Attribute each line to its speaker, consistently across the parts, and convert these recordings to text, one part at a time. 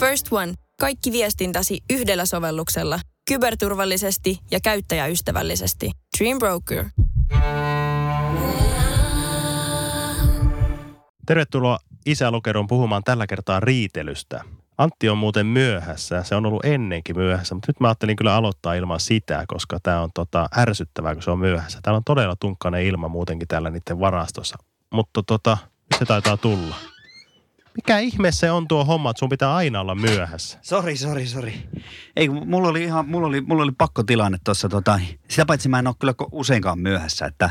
Speaker 1: First One. Kaikki viestintäsi yhdellä sovelluksella. Kyberturvallisesti ja käyttäjäystävällisesti. Dream Broker.
Speaker 2: Tervetuloa Isälukeron puhumaan tällä kertaa riitelystä. Antti on muuten myöhässä, se on ollut ennenkin myöhässä, mutta nyt mä ajattelin kyllä aloittaa ilman sitä, koska tämä on tota, ärsyttävää, kun se on myöhässä. Täällä on todella tunkkainen ilma muutenkin täällä niiden varastossa, mutta tota, nyt se taitaa tulla. Mikä ihme se on tuo homma, että sun pitää aina olla myöhässä?
Speaker 3: Sori, sori, sori. Ei, kun mulla oli ihan, mulla oli, mulla oli pakko tilanne tuossa. Tota, sitä paitsi mä en ole kyllä ko- useinkaan myöhässä. Että,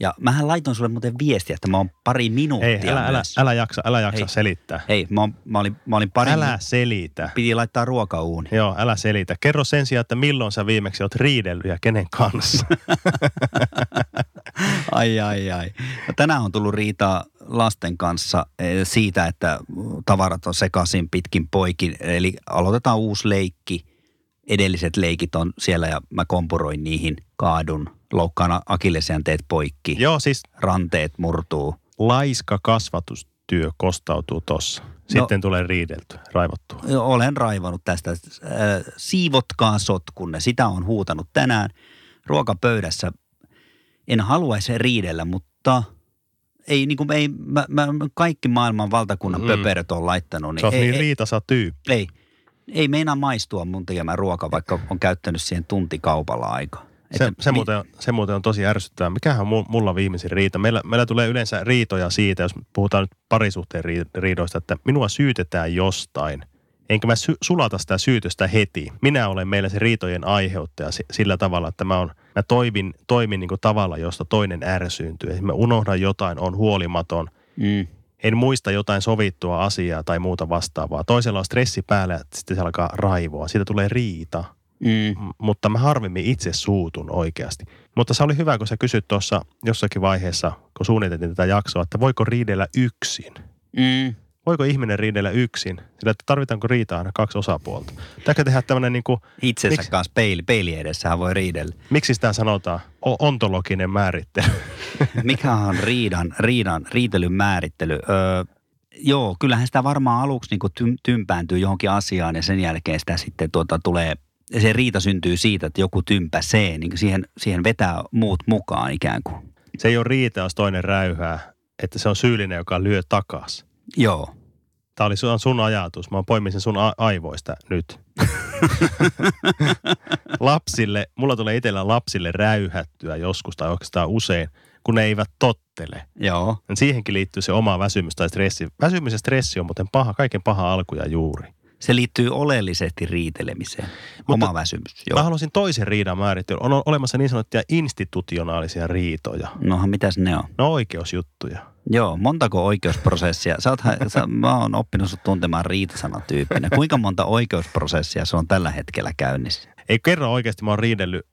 Speaker 3: ja mähän laitoin sulle muuten viestiä, että mä oon pari minuuttia
Speaker 2: Ei, älä, älä,
Speaker 3: myöhässä.
Speaker 2: älä jaksa, älä jaksa
Speaker 3: Ei.
Speaker 2: selittää.
Speaker 3: Ei, mä, oon, mä, olin, mä olin pari
Speaker 2: Älä selitä.
Speaker 3: Piti laittaa ruokauuni.
Speaker 2: Joo, älä selitä. Kerro sen sijaan, että milloin sä viimeksi oot riidellyt ja kenen kanssa.
Speaker 3: Ai, ai, ai. No, tänään on tullut riitaa lasten kanssa eh, siitä, että tavarat on sekaisin pitkin poikin. Eli aloitetaan uusi leikki. Edelliset leikit on siellä ja mä kompuroin niihin, kaadun, loukkaan akillesjänteet poikki,
Speaker 2: Joo, siis
Speaker 3: ranteet murtuu.
Speaker 2: laiska kasvatustyö kostautuu tossa.
Speaker 3: No.
Speaker 2: Sitten tulee riidelty, raivottua.
Speaker 3: Joo, Olen raivannut tästä. Äh, Siivotkaa sotkunne. Sitä on huutanut tänään ruokapöydässä. En haluaisi riidellä, mutta ei, niin kuin, ei mä, mä, kaikki maailman valtakunnan
Speaker 2: Mm.
Speaker 3: mm. pöperöt on laittanut.
Speaker 2: Sä oot
Speaker 3: Niin ei,
Speaker 2: niin
Speaker 3: ei,
Speaker 2: riitasa tyyppi.
Speaker 3: ei, ei meinaa maistua mun tekemä ruoka, vaikka on käyttänyt siihen tuntikaupalla aikaa.
Speaker 2: Se,
Speaker 3: Että
Speaker 2: se,
Speaker 3: mi-
Speaker 2: muuten, se muuten on tosi ärsyttävää. Mikähän mu- mulla on viimeisin riita? Meillä, meillä tulee yleensä riitoja siitä, jos puhutaan nyt parisuhteen ri- riidoista, että minua syytetään jostain. Enkä mä sy- sulata sitä syytöstä heti. Minä olen meillä se riitojen aiheuttaja si- sillä tavalla, että mä, on, mä toimin, toimin niin tavalla, josta toinen ärsyyntyy. Esimerkiksi mä unohdan jotain, on huolimaton.
Speaker 3: Mm.
Speaker 2: en muista jotain sovittua asiaa tai muuta vastaavaa. Toisella on stressi päällä ja sitten se alkaa raivoa. Siitä tulee riita,
Speaker 3: Mm.
Speaker 2: M- mutta mä harvemmin itse suutun oikeasti. Mutta se oli hyvä, kun sä kysyt tuossa jossakin vaiheessa, kun suunniteltiin tätä jaksoa, että voiko riidellä yksin?
Speaker 3: Mm.
Speaker 2: Voiko ihminen riidellä yksin? Sillä että tarvitaanko riitaa aina kaksi osapuolta? Tääkö tehdä tämmöinen niin kuin,
Speaker 3: Itsensä
Speaker 2: Miksi-
Speaker 3: kanssa peili, peili edessähän voi riidellä.
Speaker 2: miksi sitä sanotaan, O- ontologinen määrittely?
Speaker 3: Mikä on riidan, riidan, riitelyn määrittely? Öö, joo, kyllähän sitä varmaan aluksi niin tym, tympääntyy johonkin asiaan ja sen jälkeen sitä sitten tuota, tulee, se riita syntyy siitä, että joku tympäsee, niin kuin siihen, siihen vetää muut mukaan ikään kuin.
Speaker 2: Se ei ole riita, jos toinen räyhää, että se on syyllinen, joka lyö takas.
Speaker 3: Joo.
Speaker 2: Tämä oli sun, sun ajatus. Mä poimin sen sun a- aivoista nyt. lapsille, mulla tulee itsellä lapsille räyhättyä joskus tai oikeastaan usein, kun ne eivät tottele.
Speaker 3: Joo.
Speaker 2: Siihenkin liittyy se oma väsymys tai stressi. Väsymys ja stressi on muuten paha, kaiken paha alku ja juuri.
Speaker 3: Se liittyy oleellisesti riitelemiseen.
Speaker 2: Mutta-
Speaker 3: Mutta, Oma väsymys.
Speaker 2: Mä
Speaker 3: Joo.
Speaker 2: haluaisin toisen riidan määritellä. On o- olemassa niin sanottuja institutionaalisia riitoja.
Speaker 3: Nohan mitäs ne on?
Speaker 2: No oikeusjuttuja.
Speaker 3: Joo, montako oikeusprosessia? Sä oot, sä, mä oon oppinut sut tuntemaan riitasanatyyppinä. Kuinka monta oikeusprosessia se on tällä hetkellä käynnissä?
Speaker 2: Ei kerran oikeasti mä oon riidellyt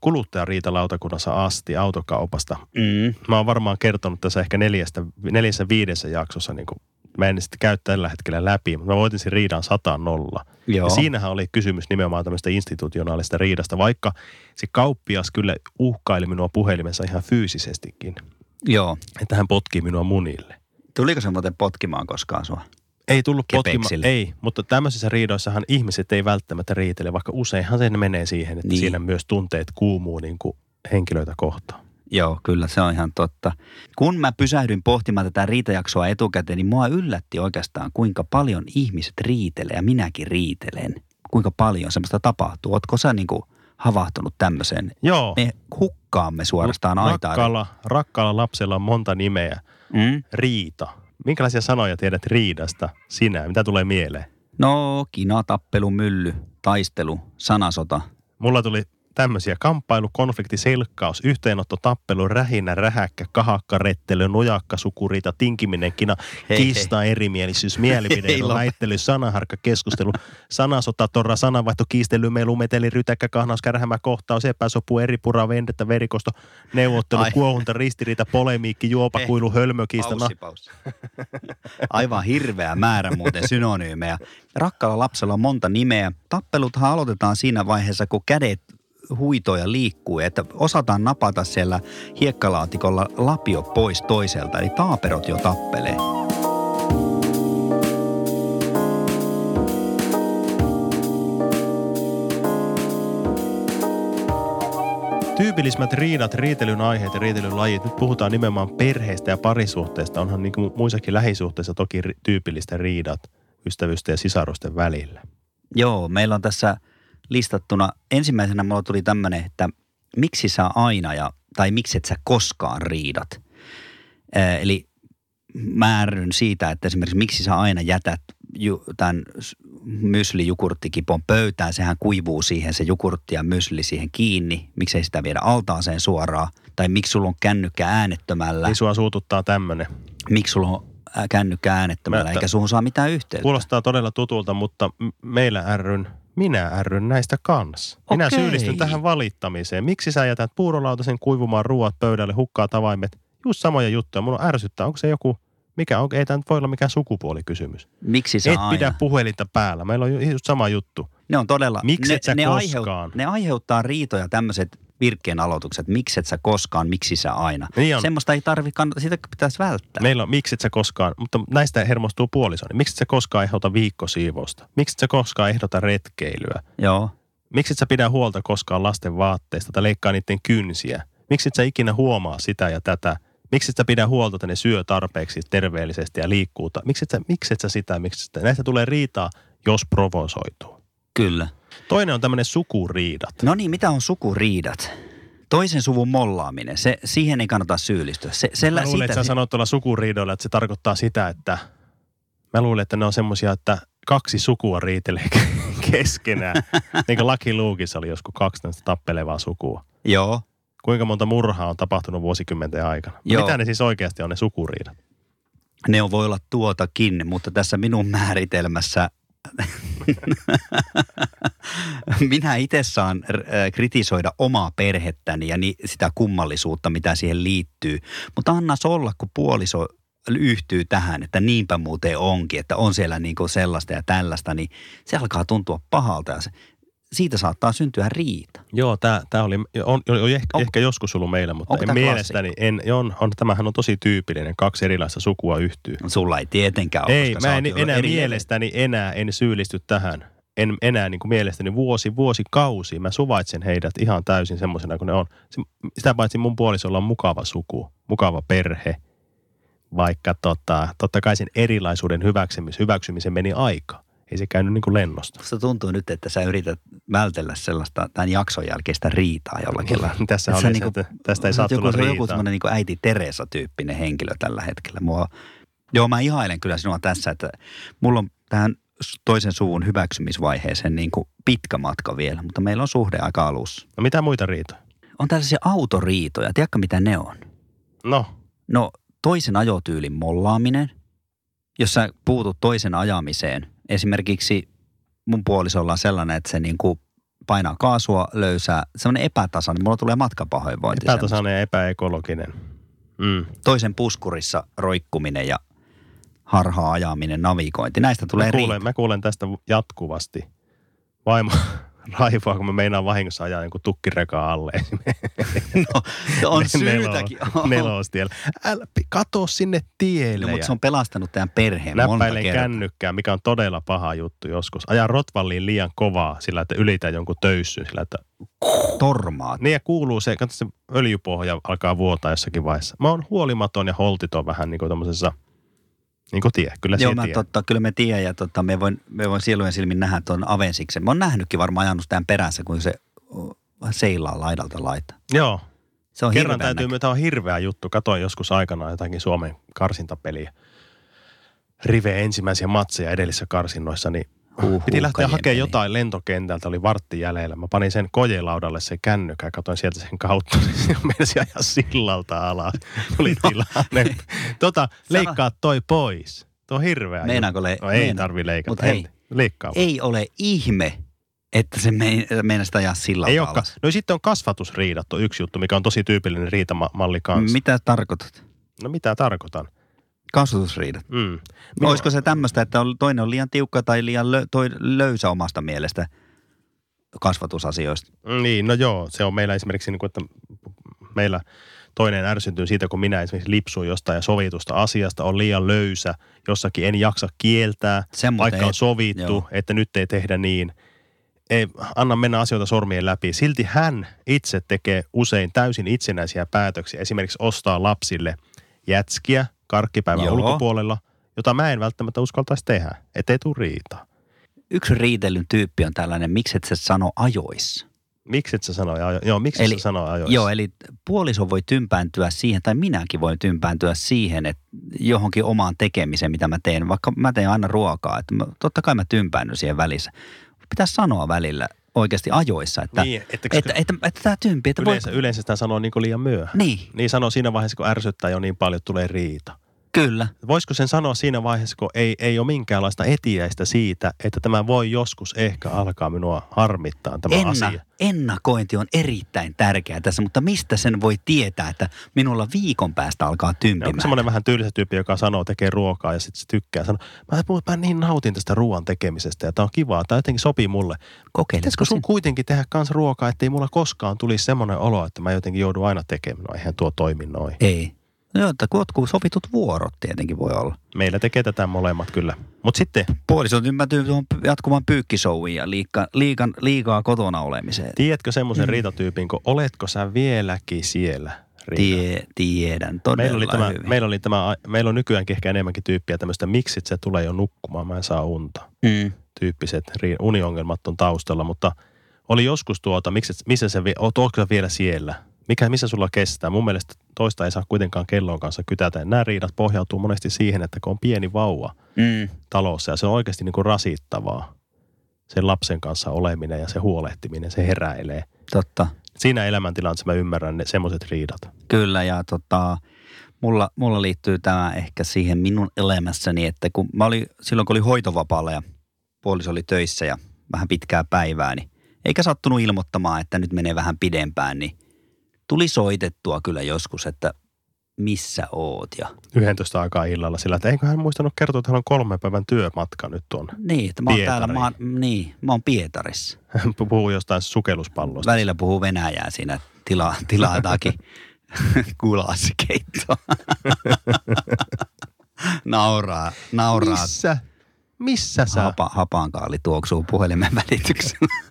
Speaker 2: kuluttajariitalautakunnassa asti autokaupasta.
Speaker 3: Mm.
Speaker 2: mä oon varmaan kertonut tässä ehkä neljästä, neljässä viidessä jaksossa, niin kuin, mä en sitä käy tällä hetkellä läpi, mutta mä voitin sen riidan 100 nolla.
Speaker 3: Joo.
Speaker 2: Ja siinähän oli kysymys nimenomaan tämmöistä institutionaalista riidasta, vaikka se kauppias kyllä uhkaili minua puhelimessa ihan fyysisestikin,
Speaker 3: Joo.
Speaker 2: että hän potkii minua munille.
Speaker 3: Tuliko se muuten potkimaan koskaan sua?
Speaker 2: Ei tullut potkimaan,
Speaker 3: Kepeksillä.
Speaker 2: ei, mutta tämmöisissä riidoissahan ihmiset ei välttämättä riitele, vaikka useinhan se menee siihen, että niin.
Speaker 3: Niin.
Speaker 2: siinä myös tunteet kuumuu niin kuin henkilöitä kohtaan.
Speaker 3: Joo, kyllä se on ihan totta. Kun mä pysähdyin pohtimaan tätä riitajaksoa etukäteen, niin mua yllätti oikeastaan, kuinka paljon ihmiset riitelee ja minäkin riitelen. Kuinka paljon semmoista tapahtuu. Ootko sä niinku havahtunut tämmöiseen?
Speaker 2: Joo,
Speaker 3: Me hukkaamme Niin, suorastaan aitaa.
Speaker 2: rakkaalla, rakkaalla lapsella on monta nimeä.
Speaker 3: Mm?
Speaker 2: Riita. Minkälaisia sanoja tiedät riidasta sinä? Mitä tulee mieleen?
Speaker 3: No, kina, tappelu, mylly, taistelu, sanasota.
Speaker 2: Mulla tuli tämmöisiä kamppailu, konflikti, selkkaus, yhteenotto, tappelu, rähinä, rähäkkä, kahakka, rettely, nujakka, sukurita, tinkiminen, kina,
Speaker 3: Hei, hei.
Speaker 2: kiista, erimielisyys,
Speaker 3: Hei,
Speaker 2: mielipide,
Speaker 3: lopeta.
Speaker 2: väittely, sanaharkka, keskustelu, sanasota, torra, sananvaihto, kiistely, melu, meteli, rytäkkä, kahnaus, kärhämä, kohtaus, epäsopu, eripura, vendettä, verikosto, neuvottelu,
Speaker 3: Ai.
Speaker 2: kuohunta, ristiriita, polemiikki, juopakuilu, hölmökiista, na-
Speaker 3: paussi. Aivan hirveä määrä muuten synonyymejä. Rakkaalla lapsella on monta nimeä. Tappeluthan aloitetaan siinä vaiheessa, kun kädet huitoja liikkuu, että osataan napata siellä hiekkalaatikolla lapio pois toiselta, eli taaperot jo tappelee.
Speaker 2: Tyypillisimmät riidat, riitelyn aiheet ja riitelyn lajit. Nyt puhutaan nimenomaan perheestä ja parisuhteesta. Onhan niin kuin muissakin lähisuhteissa toki ri- tyypillistä riidat ystävysten ja sisarusten välillä.
Speaker 3: Joo, meillä on tässä listattuna. Ensimmäisenä mulla tuli tämmöinen, että miksi sä aina ja, tai miksi et sä koskaan riidat. Ee, eli määrryn siitä, että esimerkiksi miksi sä aina jätät ju, tämän s- myslijugurttikipon pöytään. Sehän kuivuu siihen se jugurtti ja mysli siihen kiinni. Miksei sitä viedä altaaseen suoraan? Tai miksi sulla on kännykkä äänettömällä?
Speaker 2: Niin sua suututtaa tämmönen.
Speaker 3: Miksi sulla on ää, kännykkä äänettömällä?
Speaker 2: Mä-
Speaker 3: Eikä suhun saa mitään yhteyttä.
Speaker 2: Kuulostaa todella tutulta, mutta m- meillä ryn, minä ryn näistä kans. Minä
Speaker 3: Okei.
Speaker 2: syyllistyn tähän valittamiseen. Miksi sä jätät puurolautasen kuivumaan ruoat pöydälle, hukkaa tavaimet? Just samoja juttuja. Mulla ärsyttää. Onko se joku, mikä on, ei tämä nyt voi olla mikään sukupuolikysymys.
Speaker 3: Miksi sä
Speaker 2: Et
Speaker 3: aina?
Speaker 2: pidä puhelinta päällä. Meillä on ju- just sama juttu.
Speaker 3: Ne on todella...
Speaker 2: Mikset
Speaker 3: ne,
Speaker 2: sä
Speaker 3: ne
Speaker 2: koskaan?
Speaker 3: ne aiheuttaa riitoja tämmöiset virkkeen aloitukset. Mikset sä koskaan, miksi sä aina?
Speaker 2: Niin on.
Speaker 3: Semmoista ei tarvi, kann- sitä pitäisi välttää.
Speaker 2: Meillä on, miksi et sä koskaan, mutta näistä hermostuu puolisoni. Miksi et sä koskaan ehdota viikkosiivousta? Miksi et sä koskaan ehdota retkeilyä?
Speaker 3: Joo.
Speaker 2: Miksi et sä pidä huolta koskaan lasten vaatteista tai leikkaa niiden kynsiä? Miksi et sä ikinä huomaa sitä ja tätä? Miksi et sä pidä huolta, että ne syö tarpeeksi terveellisesti ja liikkuu? ta- Miksi et sä, miksi et sä sitä, miksi et sitä? Näistä tulee riitaa, jos provosoituu.
Speaker 3: Kyllä.
Speaker 2: Toinen on tämmöinen sukuriidat.
Speaker 3: No niin, mitä on sukuriidat? Toisen suvun mollaaminen, se, siihen ei kannata syyllistyä. Se, sellä,
Speaker 2: Mä luulen,
Speaker 3: sitä,
Speaker 2: että sä sanoit tuolla sukuriidoilla, että se tarkoittaa sitä, että mä luulen, että ne on semmoisia, että kaksi sukua riitelee ke- keskenään. niin kuin Lucky Lukeissa oli joskus kaksi tämmöistä tappelevaa sukua.
Speaker 3: Joo,
Speaker 2: Kuinka monta murhaa on tapahtunut vuosikymmenten aikana?
Speaker 3: Joo.
Speaker 2: Mitä ne siis oikeasti on ne sukuriidat?
Speaker 3: ne on, voi olla tuotakin, mutta tässä minun määritelmässä minä itse saan r- äh, kritisoida omaa perhettäni ja ni- sitä kummallisuutta, mitä siihen liittyy. Mutta anna se olla, kun puoliso yhtyy tähän, että niinpä muuten onkin, että on siellä niinku sellaista ja tällaista, niin se alkaa tuntua pahalta ja se, siitä saattaa syntyä riita.
Speaker 2: Joo, tämä oli, on, on, on ehkä,
Speaker 3: On-
Speaker 2: ehkä joskus ollut meillä, mutta
Speaker 3: onko
Speaker 2: en
Speaker 3: tää
Speaker 2: mielestäni, en, on, on, tämähän on tosi tyypillinen, kaksi erilaista sukua yhtyy.
Speaker 3: No Sulla ei tietenkään ole,
Speaker 2: Ei,
Speaker 3: koska sä
Speaker 2: mä
Speaker 3: oot
Speaker 2: en
Speaker 3: jo
Speaker 2: enää
Speaker 3: eri-
Speaker 2: mielestäni enää en syyllisty tähän. En enää niin kuin mielestäni vuosi, vuosikausi. Mä suvaitsen heidät ihan täysin semmoisena kuin ne on. Se- Sitä paitsi mun puolisolla on mukava suku, mukava perhe. Vaikka tota, totta kai sen erilaisuuden hyväksymis, hyväksymisen meni aika. Ei se käynyt niin kuin lennosta.
Speaker 3: Musta tuntuu nyt, että sä yrität vältellä sellaista tämän jakson jälkeistä riitaa jollakin lailla.
Speaker 2: Tässä
Speaker 3: Et
Speaker 2: oli
Speaker 3: sä
Speaker 2: se,
Speaker 3: niinku-
Speaker 2: että tästä ei
Speaker 3: sä
Speaker 2: saa
Speaker 3: oot joku,
Speaker 2: tulla
Speaker 3: sä oot joku
Speaker 2: riitaa.
Speaker 3: semmoinen niinku äiti Teresa-tyyppinen henkilö tällä hetkellä. Mua, joo, mä ihailen kyllä sinua tässä, että mulla on tähän s- toisen suvun hyväksymisvaiheeseen niinku pitkä matka vielä, mutta meillä on suhde aika alussa.
Speaker 2: No mitä muita riitoja?
Speaker 3: On tällaisia autoriitoja, tiedätkö mitä ne on?
Speaker 2: No,
Speaker 3: No toisen ajotyylin mollaaminen, jos sä puutut toisen ajamiseen. Esimerkiksi mun puolisolla on sellainen, että se niinku painaa kaasua löysää, semmoinen epätasainen, mulla tulee matkapahoinvointi. semmoista.
Speaker 2: epätasainen ja epäekologinen. Mm.
Speaker 3: Toisen puskurissa roikkuminen ja harhaa ajaminen, navigointi, näistä tulee
Speaker 2: mä
Speaker 3: riita.
Speaker 2: No, kuulen, mä kuulen tästä jatkuvasti. Vaimo raivoa, kun mä meinaan vahingossa ajaa jonkun tukkirekaan alle.
Speaker 3: On
Speaker 2: Nel-
Speaker 3: syytäkin.
Speaker 2: nelo- Nelostiellä. Älä pi- kato sinne tielle.
Speaker 3: No, mutta
Speaker 2: ja
Speaker 3: se on pelastanut tämän perheen monta
Speaker 2: Näppäilen
Speaker 3: kertaa.
Speaker 2: kännykkää, mikä on todella paha juttu joskus. Ajaa rotvalliin liian kovaa sillä, että ylitä jonkun töyssyn. Sillä, että
Speaker 3: Tormaat.
Speaker 2: niin ja kuuluu se, katso se öljypohja alkaa vuotaa jossakin vaiheessa. Mä oon huolimaton ja holtiton vähän niin kuin tommosessa, niin kuin tie, kyllä
Speaker 3: Joo,
Speaker 2: se
Speaker 3: mä
Speaker 2: tie.
Speaker 3: totta, kyllä me tiedän ja totta, me voin, me voin sielujen silmin nähdä tuon avensiksen. Mä oon nähnytkin varmaan ajanut tämän perässä, kun se o, seilaa laidalta laita.
Speaker 2: Joo,
Speaker 3: Se on
Speaker 2: Kerran
Speaker 3: hirveän
Speaker 2: täytyy,
Speaker 3: näkö-
Speaker 2: myöntää, tämä on hirveä juttu. Katoin joskus aikanaan jotakin Suomen karsintapeliä. Rive ensimmäisiä matseja edellisissä karsinnoissa, niin
Speaker 3: Huhhuh,
Speaker 2: piti lähteä
Speaker 3: kajien
Speaker 2: hakemaan
Speaker 3: peli.
Speaker 2: jotain lentokentältä, oli vartti jäljellä. Mä panin sen kojelaudalle sen kännykän ja katsoin sieltä sen kautta, niin se meni ajaa sillalta alas. Tuli no. tilanne. Tota, leikkaa toi pois. Tuo on hirveä
Speaker 3: Meinaako
Speaker 2: juttu.
Speaker 3: le-
Speaker 2: no, ei
Speaker 3: meina-
Speaker 2: tarvi leikata.
Speaker 3: Mut hei.
Speaker 2: En, leikkaa vaan.
Speaker 3: Ei ole ihme, että se meinaa sitä ajaa sillä
Speaker 2: ei olekaan. No sitten on kasvatusriidat on yksi juttu, mikä on tosi tyypillinen riitamalli kanssa.
Speaker 3: Mitä tarkoitat?
Speaker 2: no mitä tarkoitan?
Speaker 3: Kasvatusriidat.
Speaker 2: Mm.
Speaker 3: Minua... Olisiko se tämmöistä, että on, toinen on liian tiukka tai liian lö, toi, löysä omasta mielestä kasvatusasioista?
Speaker 2: Niin, no joo, se on meillä esimerkiksi, niin kuin, että meillä toinen ärsyntyy siitä, kun minä esimerkiksi lipsuun jostain ja sovitusta asiasta, on liian löysä, jossakin en jaksa kieltää,
Speaker 3: Sen muuten
Speaker 2: vaikka on
Speaker 3: et-
Speaker 2: sovittu,
Speaker 3: joo.
Speaker 2: että nyt ei tehdä niin. ei anna mennä asioita sormien läpi. Silti hän itse tekee usein täysin itsenäisiä päätöksiä. Esimerkiksi ostaa lapsille jätskiä karkkipäivän
Speaker 3: Joo.
Speaker 2: ulkopuolella, jota mä en välttämättä uskaltaisi tehdä, ettei tule riitaa.
Speaker 3: Yksi riitellyn tyyppi on tällainen, miksi et sä sano ajoissa?
Speaker 2: Miksi et sä sanoi ajo- Joo, miksi
Speaker 3: Eli-
Speaker 2: et sä sanoi ajoissa?
Speaker 3: Joo, eli puoliso voi tympääntyä siihen, tai minäkin voin tympääntyä siihen, että johonkin omaan tekemiseen, mitä mä teen. Vaikka mä teen aina ruokaa, että mä, totta kai mä tympäännyn siihen välissä. Pitää sanoa välillä oikeasti ajoissa, että,
Speaker 2: Niin, että, koska
Speaker 3: että, että, että tämä tympi, että voi...
Speaker 2: yleensä, yleensä sitä sanoo niin kuin liian myöhään.
Speaker 3: Niin,
Speaker 2: Niin sanoo siinä vaiheessa, kun ärsyttää jo niin paljon, että tulee riita.
Speaker 3: kyllä.
Speaker 2: Voisiko sen sanoa siinä vaiheessa, kun ei, ei ole minkäänlaista etiäistä siitä, että tämä voi joskus ehkä alkaa minua harmittaa tämä asia.
Speaker 3: Enna, ennakointi on erittäin tärkeää tässä, mutta mistä sen voi tietää, että minulla viikon päästä
Speaker 2: Ja
Speaker 3: alkaa
Speaker 2: onko
Speaker 3: tympimään?
Speaker 2: semmoinen vähän tylsä tyyppi, joka sanoo, tekee ruokaa ja sitten se tykkää. Sanoo, mä, mä niin nautin tästä ruoan tekemisestä ja tämä on kivaa, tämä jotenkin sopii mulle. Pitäisikö
Speaker 3: Kokeiletko
Speaker 2: sun kuitenkin tehdä kans ruokaa, ettei mulla koskaan tulisi semmoinen olo, että mä jotenkin joudun aina tekemään. No eihän tuo toimi noin.
Speaker 3: Ei. No, joo, että jotkut sovitut vuorot tietenkin voi olla.
Speaker 2: Meillä tekee tätä molemmat kyllä. Mutta sitten
Speaker 3: Puoliso ymmärtyy tuohon p- jatkuvan pyykkisouviin ja liika, liikan, liikaa kotona olemiseen.
Speaker 2: Tiedätkö
Speaker 3: Mm.
Speaker 2: semmoisen riitatyypin, kun oletko sä vieläkin siellä? Riina?
Speaker 3: Tie, tiedän todella
Speaker 2: Meillä oli, tämä,
Speaker 3: hyvin.
Speaker 2: meillä, oli tämä, meillä on nykyäänkin ehkä enemmänkin tyyppiä tämmöistä, miksi se tulee jo nukkumaan, mä en saa unta.
Speaker 3: Mm.
Speaker 2: Tyyppiset ri- uniongelmat on taustalla, mutta oli joskus tuota, miksi, et- missä se, vi- oot, ootko sä vielä siellä? Mikä, missä sulla kestää? Mun mielestä toista ei saa kuitenkaan kellon kanssa kytätä. Nämä riidat pohjautuu monesti siihen, että kun on pieni vauva
Speaker 3: Mm.
Speaker 2: talossa ja se on oikeasti niin kuin rasittavaa. Sen lapsen kanssa oleminen ja se huolehtiminen, se heräilee.
Speaker 3: Totta,
Speaker 2: Siinä elämäntilanteessa mä ymmärrän ne semmoiset riidat.
Speaker 3: kyllä. Ja tota, mulla, mulla liittyy tämä ehkä siihen minun elämässäni, että kun mä olin, silloin kun oli hoitovapaalla ja puoliso oli töissä ja vähän pitkää päivää, niin eikä sattunut ilmoittamaan, että nyt menee vähän pidempään, niin tuli soitettua kyllä joskus, että missä oot ja
Speaker 2: 11 aikaa illalla sillä, että eikö hän muistanut kertoa, että hän on kolmen päivän työmatka nyt on.
Speaker 3: Niin, että mä oon täällä,
Speaker 2: Pietariin.
Speaker 3: mä oon, niin, mä oon Pietarissa.
Speaker 2: Hän puhuu jostain sukelluspallosta.
Speaker 3: Välillä puhuu venäjää siinä, tila, tilaa jotakin gulaasikeittoa. nauraa, nauraa.
Speaker 2: Missä? Missä sä?
Speaker 3: Hapa, hapankaali tuoksuu puhelimen välityksellä.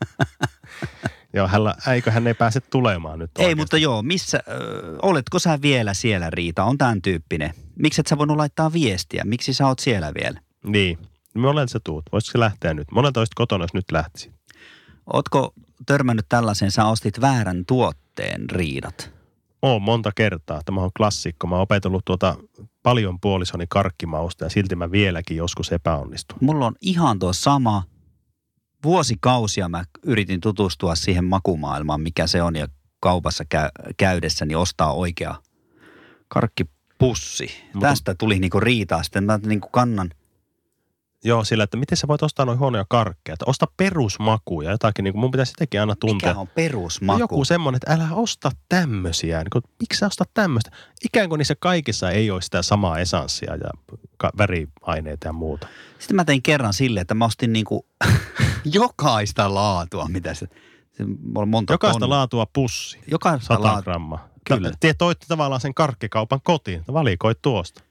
Speaker 2: Joo, hän, eikö hän ei pääse tulemaan nyt
Speaker 3: Ei,
Speaker 2: oikeasti?
Speaker 3: mutta joo, missä, ö, oletko sä vielä siellä Riita? On tämän tyyppinen. Miksi et sä voinut laittaa viestiä? Miksi sä oot siellä vielä?
Speaker 2: Niin. Me olen sä tuut. Voisitko se lähteä nyt? Monet olisit kotona, jos nyt lähtisit.
Speaker 3: Ootko törmännyt tällaiseen, sä ostit väärän tuotteen Riidat?
Speaker 2: Oon monta kertaa. Tämä on klassikko. Mä oon opetellut tuota paljon puolisoni karkkimausta ja silti mä vieläkin joskus epäonnistun.
Speaker 3: Mulla on ihan tuo sama. Vuosikausia mä yritin tutustua siihen makumaailmaan, mikä se on, ja kaupassa käy, käydessä niin ostaa oikea karkkipussi.
Speaker 2: Mutta-
Speaker 3: Mutta... Tästä tuli niinku riitaa. Sitten mä niinku kannan,
Speaker 2: Joo, sillä, että miten sä voit ostaa noin huonoja karkkeja. Että osta perusmakuja, jotakin. Niin kuin mun pitäisi sitäkin aina tuntea.
Speaker 3: mikä on
Speaker 2: No
Speaker 3: perusmaku.
Speaker 2: Joku semmoinen, että älä osta tämmöisiä. Niin kuin, miksi sä ostat tämmöistä? Ikään kuin niissä kaikissa ei ole sitä samaa esanssia ja ka- väriaineita ja muuta.
Speaker 3: Sitten mä tein kerran silleen, että mä ostin niinku jokaista laatua, mitä se... se mulla on monta
Speaker 2: Jokaista
Speaker 3: tonnia.
Speaker 2: laatua pussi,
Speaker 3: Jokaista
Speaker 2: 100
Speaker 3: laatua.
Speaker 2: grammaa.
Speaker 3: Kyllä.
Speaker 2: Ta- Tie toitte tavallaan sen karkkikaupan kotiin, että valikoit tuosta.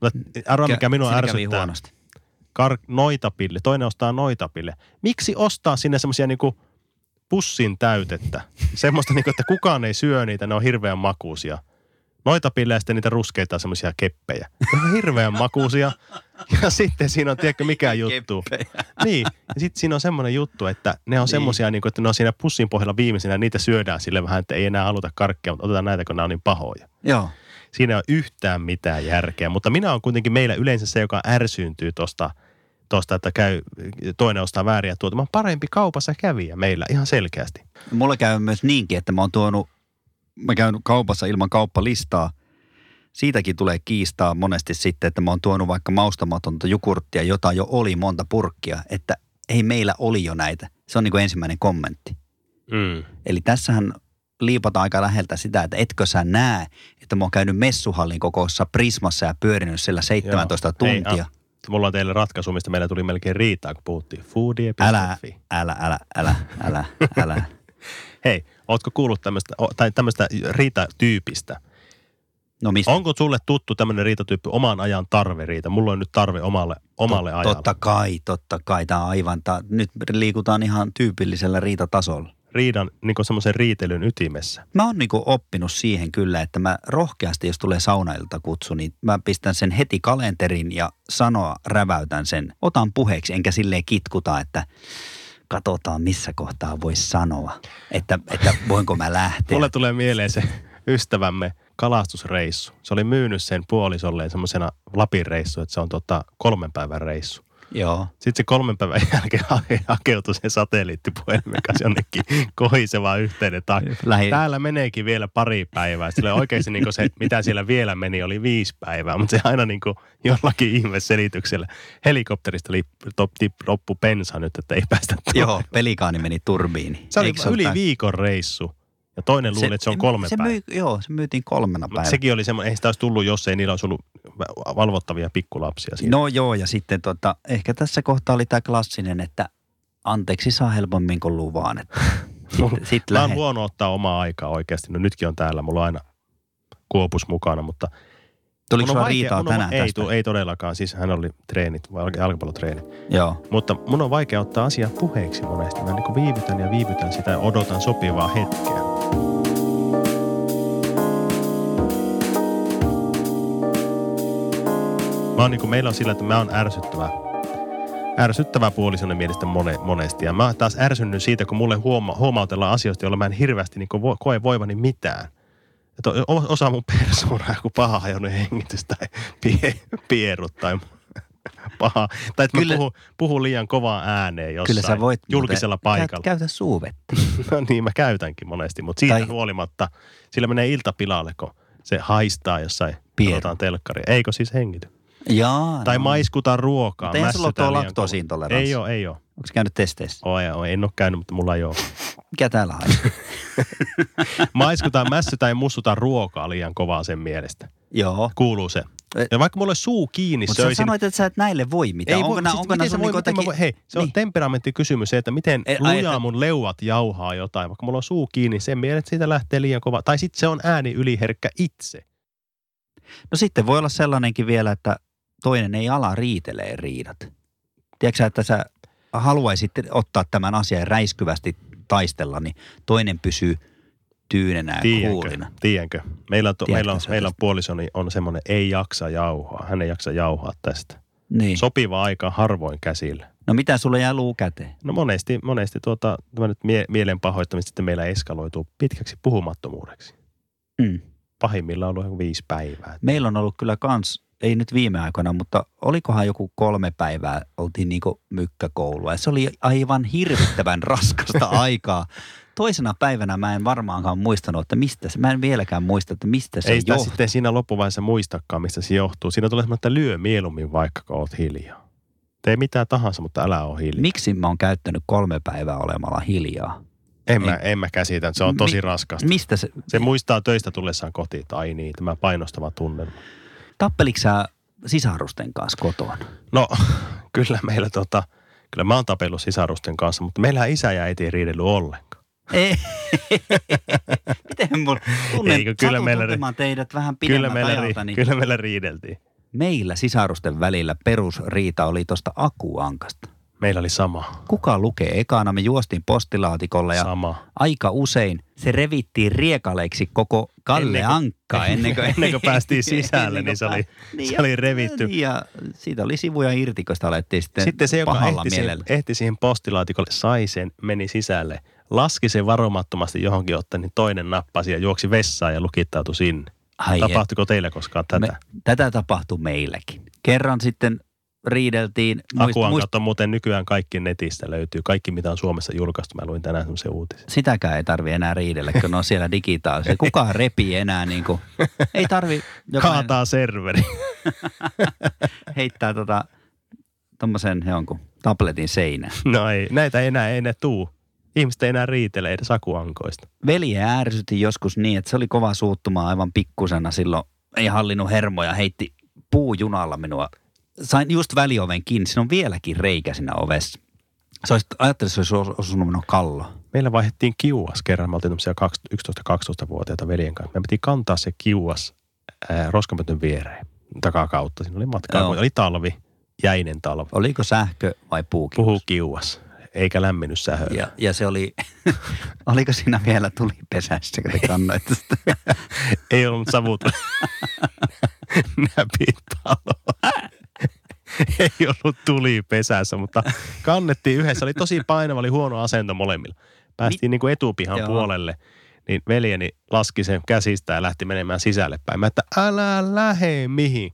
Speaker 2: Mutta Arvaa, mikä minua
Speaker 3: Siinä kävi
Speaker 2: ärsyttää.
Speaker 3: huonosti.
Speaker 2: Kar- noitapille, toinen ostaa noitapille. Miksi ostaa sinne semmoisia niinku pussin täytettä? Semmoista niinku, että kukaan ei syö niitä, ne on hirveän makuusia. Noitapille ja sitten niitä ruskeita semmoisia keppejä. Ne on hirveän makuusia. Ja sitten siinä on, tiedätkö mikä juttu? Niin, ja sitten siinä on semmoinen juttu, että ne on
Speaker 3: Niin.
Speaker 2: semmoisia, niin että ne on siinä pussin pohjalla viimeisenä, niitä syödään sille vähän, että ei enää haluta karkkia, mutta otetaan näitä, kun nämä on niin pahoja.
Speaker 3: Joo.
Speaker 2: Siinä ei ole yhtään mitään järkeä, mutta minä on kuitenkin meillä yleensä se, joka ärsyyntyy tuosta, tosta, että käy, toinen ostaa vääriä tuota. Mä oon parempi kaupassa kävijä meillä ihan selkeästi.
Speaker 3: Mulla käy myös niinkin, että mä oon tuonut, mä käyn kaupassa ilman kauppalistaa. Siitäkin tulee kiistaa monesti sitten, että mä oon tuonut vaikka maustamatonta jukurttia, jota jo oli monta purkkia, että ei meillä oli jo näitä. Se on niin kuin ensimmäinen kommentti.
Speaker 2: Mm.
Speaker 3: Eli tässähän liipataan aika läheltä sitä, että etkö sä näe, että mä oon käynyt messuhallin kokoussa Prismassa ja pyörinyt siellä 17
Speaker 2: Joo. Hei,
Speaker 3: tuntia.
Speaker 2: a- Mulla on teille ratkaisu, mistä meillä tuli melkein riitaa, kun puhuttiin foodie.fi.
Speaker 3: älä, älä, älä, älä, älä, älä.
Speaker 2: Hei, ootko kuullut tämmöistä, o- tai tämmöistä riitatyypistä?
Speaker 3: No mistä?
Speaker 2: Onko sulle tuttu tämmöinen riitatyyppi oman ajan tarveriita? Mulla on nyt tarve omalle, omalle
Speaker 3: Tot-
Speaker 2: ajalle.
Speaker 3: Totta kai, totta kai. Tämä on aivan, tää, nyt liikutaan ihan tyypillisellä riitatasolla.
Speaker 2: Riidan, niin semmoisen riitelyn ytimessä.
Speaker 3: Mä oon niinku oppinut siihen kyllä, että mä rohkeasti, jos tulee saunailta kutsu, niin mä pistän sen heti kalenterin ja sanoa räväytän sen. Otan puheeksi, enkä silleen kitkuta, että katsotaan missä kohtaa voisi sanoa, että, että voinko mä lähteä.
Speaker 2: Mulle tulee mieleen se ystävämme kalastusreissu. Se oli myynyt sen puolisolleen semmoisena Lapin reissu, että se on tota kolmen päivän reissu.
Speaker 3: Joo.
Speaker 2: Sitten se kolmen päivän jälkeen ha- hakeutui sen satelliittipuhelimen kanssa jonnekin kohisevaan yhteyden tai
Speaker 3: Lähi-
Speaker 2: Täällä meneekin vielä pari päivää. Sillä oikeasti niin se, mitä siellä vielä meni, oli viisi päivää, mutta se aina niin jollakin ihme selityksellä. Helikopterista oli top, tip, loppu pensa nyt, että ei päästä tuonne.
Speaker 3: Joo, pelikaani meni turbiini.
Speaker 2: Se oli yli viikon reissu ja toinen luuli, että se on kolme
Speaker 3: se
Speaker 2: päivää.
Speaker 3: myy, Joo, se myytiin kolmena
Speaker 2: Mutta
Speaker 3: päivänä.
Speaker 2: sekin oli semmoinen, ei sitä olisi tullut, jos ei niillä olisi ollut valvottavia pikkulapsia siinä.
Speaker 3: No joo, ja sitten tota, ehkä tässä kohtaa oli tämä klassinen, että anteeksi saa helpommin kuin luvan. että Sitten sit
Speaker 2: Mä oon
Speaker 3: lähet.
Speaker 2: huono ottaa omaa aikaa oikeasti. No nytkin on täällä, mulla on aina kuopus mukana, mutta
Speaker 3: Tuliko
Speaker 2: mun on
Speaker 3: sulla
Speaker 2: vaikea-
Speaker 3: riitaa
Speaker 2: mun on-
Speaker 3: tänään
Speaker 2: ei,
Speaker 3: tästä?
Speaker 2: tu- ei todellakaan, siis hän oli treenit, jalk- jalkapallotreenit.
Speaker 3: Joo,
Speaker 2: Mutta mun on vaikea ottaa asiaa puheeksi monesti. Mä niin viivytän ja viivytän sitä ja odotan sopivaa hetkeä. Mä oon niin meillä on sillä, että mä oon ärsyttävä. Ärsyttävä puolisoni mielestä mone, monesti. Ja mä oon taas ärsynnyt siitä, kun mulle huoma, huomautellaan asioista, joilla mä en hirveästi niin vo, koe voivani mitään. Että o- osa mun persoonaa on joku paha hajonnut hengitys tai pie, pierut tai paha. Tai että
Speaker 3: Kyllä-
Speaker 2: mä puhun, puhun liian kovaa ääneen jossain
Speaker 3: kyllä sä voit. muuten-
Speaker 2: julkisella paikalla.
Speaker 3: Käyt, käytä suuvettä.
Speaker 2: No niin, mä käytänkin monesti, mutta siitä
Speaker 3: Tai-
Speaker 2: tai... huolimatta, sillä menee iltapilalle, kun se haistaa jossain,
Speaker 3: Pieru.
Speaker 2: katsotaan telkkaria. Eikö siis hengity?
Speaker 3: Jaa,
Speaker 2: No. Tai
Speaker 3: no.
Speaker 2: maiskuta ruokaa.
Speaker 3: Mutta eihän sulla ole
Speaker 2: mässytään
Speaker 3: tuo
Speaker 2: liian
Speaker 3: laktoosiin
Speaker 2: kovaa.
Speaker 3: toleranssi.
Speaker 2: Ei ole, ei ole.
Speaker 3: Onko käynyt testeissä?
Speaker 2: Oi, oi, en ole käynyt, mutta mulla ei ole.
Speaker 3: Mikä täällä haistaa?
Speaker 2: Maiskutaan, mässytään ja mussutaan ruokaa liian kovaa sen mielestä.
Speaker 3: Joo.
Speaker 2: Kuuluu se.
Speaker 3: E-
Speaker 2: Ja vaikka mulla olisi suu kiinni,
Speaker 3: Mutta sä
Speaker 2: söisin.
Speaker 3: sanoit, että sä et näille voi mitään. onko
Speaker 2: voi,
Speaker 3: nää,
Speaker 2: sit
Speaker 3: onko nää
Speaker 2: miten se
Speaker 3: sun
Speaker 2: voi,
Speaker 3: niinku
Speaker 2: miten mä
Speaker 3: jotakin...
Speaker 2: voin- Hei, se on
Speaker 3: Niin.
Speaker 2: temperamenttikysymys se, että miten
Speaker 3: Ei, ai,
Speaker 2: lujaa
Speaker 3: että-
Speaker 2: mun leuat jauhaa jotain. Vaikka mulla on suu kiinni sen mieleen, että siitä lähtee liian kova. Tai sitten se on ääni yliherkkä itse.
Speaker 3: No sitten voi olla sellainenkin vielä, että toinen ei ala riitelee riidat. Tiedätkö sä, että sä haluaisit ottaa tämän asian ja räiskyvästi taistella, niin toinen pysyy tyynenä ja
Speaker 2: Tiedänkö,
Speaker 3: kuulina.
Speaker 2: tiedänkö. Meillä on, to-
Speaker 3: Tiedätkö
Speaker 2: meillä on,
Speaker 3: sä
Speaker 2: meillä on
Speaker 3: tästä?
Speaker 2: puolisoni on semmoinen ei jaksa jauhaa. Hän ei jaksa jauhaa tästä.
Speaker 3: Niin.
Speaker 2: Sopiva aika harvoin käsillä.
Speaker 3: No mitä sulle jää luu käteen?
Speaker 2: No monesti, monesti tuota, tämä nyt mie- mielen pahoittamista sitten meillä eskaloituu pitkäksi puhumattomuudeksi.
Speaker 3: Mm.
Speaker 2: Pahimmillaan on ollut ihan viisi päivää.
Speaker 3: Meillä on ollut kyllä kans, ei nyt viime aikoina, mutta olikohan joku kolme päivää, oltiin niinku mykkäkoulua. Ja se oli aivan hirvittävän raskasta aikaa. Toisena päivänä mä en varmaankaan muistanut, että mistä se, mä en vieläkään muista, että mistä se
Speaker 2: Ei sitä
Speaker 3: johtuu.
Speaker 2: sitten siinä loppuvaiheessa muistakaan, mistä se johtuu. Siinä tulee semmoinen, että lyö mieluummin vaikka, kun oot hiljaa. Tee mitä tahansa, mutta älä ole hiljaa.
Speaker 3: Miksi mä oon käyttänyt kolme päivää olemalla hiljaa?
Speaker 2: En, mä, en mä käsitä, että se on tosi
Speaker 3: Mi-
Speaker 2: raskasta.
Speaker 3: Mistä se,
Speaker 2: Se muistaa töistä tullessaan kotiin, että ai niin, tämä painostava tunnelma.
Speaker 3: tappeliko sä sisarusten kanssa kotona?
Speaker 2: No kyllä meillä tota, kyllä mä oon tapellut sisarusten kanssa, mutta meillä isä ja äiti ei riidellyt ollenkaan.
Speaker 3: Ei. Miten mun tunnen,
Speaker 2: Eikö, kyllä
Speaker 3: satun
Speaker 2: meillä ri-
Speaker 3: tuntemaan teidät vähän
Speaker 2: Kyllä
Speaker 3: pidemmältä
Speaker 2: meillä,
Speaker 3: ajalta,
Speaker 2: ri,
Speaker 3: niin
Speaker 2: kyllä meillä riideltiin.
Speaker 3: meillä sisarusten välillä perusriita oli tuosta akuankasta.
Speaker 2: Meillä oli sama.
Speaker 3: Kuka lukee ekana? Me juostiin postilaatikolla ja
Speaker 2: Sama.
Speaker 3: aika usein se revittiin riekaleiksi koko Kalle
Speaker 2: Ennen kuin-
Speaker 3: Ankka ennen kuin,
Speaker 2: ennen kuin päästiin sisälle,
Speaker 3: ennen kuin
Speaker 2: niin se oli-
Speaker 3: pää-
Speaker 2: se
Speaker 3: ja-
Speaker 2: oli revitty.
Speaker 3: Niin, Ja siitä oli sivuja irti, kun sitä alettiin sitten,
Speaker 2: Sitten se, joka
Speaker 3: pahalla
Speaker 2: ehti siihen,
Speaker 3: mielellä.
Speaker 2: ehti siihen postilaatikolle, sai sen, meni sisälle, laski sen varomattomasti johonkin ottaen, niin toinen nappasi ja juoksi vessaan ja lukittautui sinne.
Speaker 3: Ai että.
Speaker 2: Tapahtuiko teillä koskaan tätä? Me,
Speaker 3: Me, tätä tapahtui meilläkin. Kerran sitten riideltiin.
Speaker 2: Akuan
Speaker 3: muist-
Speaker 2: kautta muuten nykyään kaikki netistä löytyy. Kaikki, mitä on Suomessa julkaistu. Mä luin tänään semmoisen uutisen.
Speaker 3: sitäkään ei tarvi enää riidellä, kun ne on siellä digitaalisesti. Kukaan repii enää niin kuin, ei tarvi jokainen
Speaker 2: Kaataa serveri.
Speaker 3: heittää tota, tommosen jonkun tabletin seinään.
Speaker 2: No ei, näitä ei enää, ei enää tuu. Ihmiset ei enää riitele edes akuankoista.
Speaker 3: Veli ärsytti joskus niin, että se oli kova suuttumaan aivan pikkusena silloin. Ei hallinnut hermoja, heitti puujunalla minua. Sain just välioven kiinni, siinä on vieläkin reikä siinä ovessa. Se olisi, ajattelin, että se olisi os- osunut minun kallo.
Speaker 2: Meillä vaihdettiin kiuas kerran. Me oltiin tämmöisiä 11-12-vuotiaita veljen kanssa. Me piti kantaa se kiuas äh, roskapöntön viereen takakautta. Siinä oli matkaa,
Speaker 3: Joo.
Speaker 2: kun oli talvi, jäinen talvi.
Speaker 3: Oliko sähkö vai puukin?
Speaker 2: Puhu kiuas, eikä lämmennyt sähöllä.
Speaker 3: Ja, ja se oli, oliko siinä vielä tulipesässä, kun te kannoitte sitä?
Speaker 2: Ei ollut savut näpin talo. Ei ollut tuli pesässä, mutta kannettiin yhdessä. Oli tosi painava, oli huono asento molemmilla. Päästiin niin kuin etupihan
Speaker 3: Joo.
Speaker 2: Joo. puolelle. Niin veljeni laski sen käsistä ja lähti menemään sisälle päin. Mä että älä lähe mihin.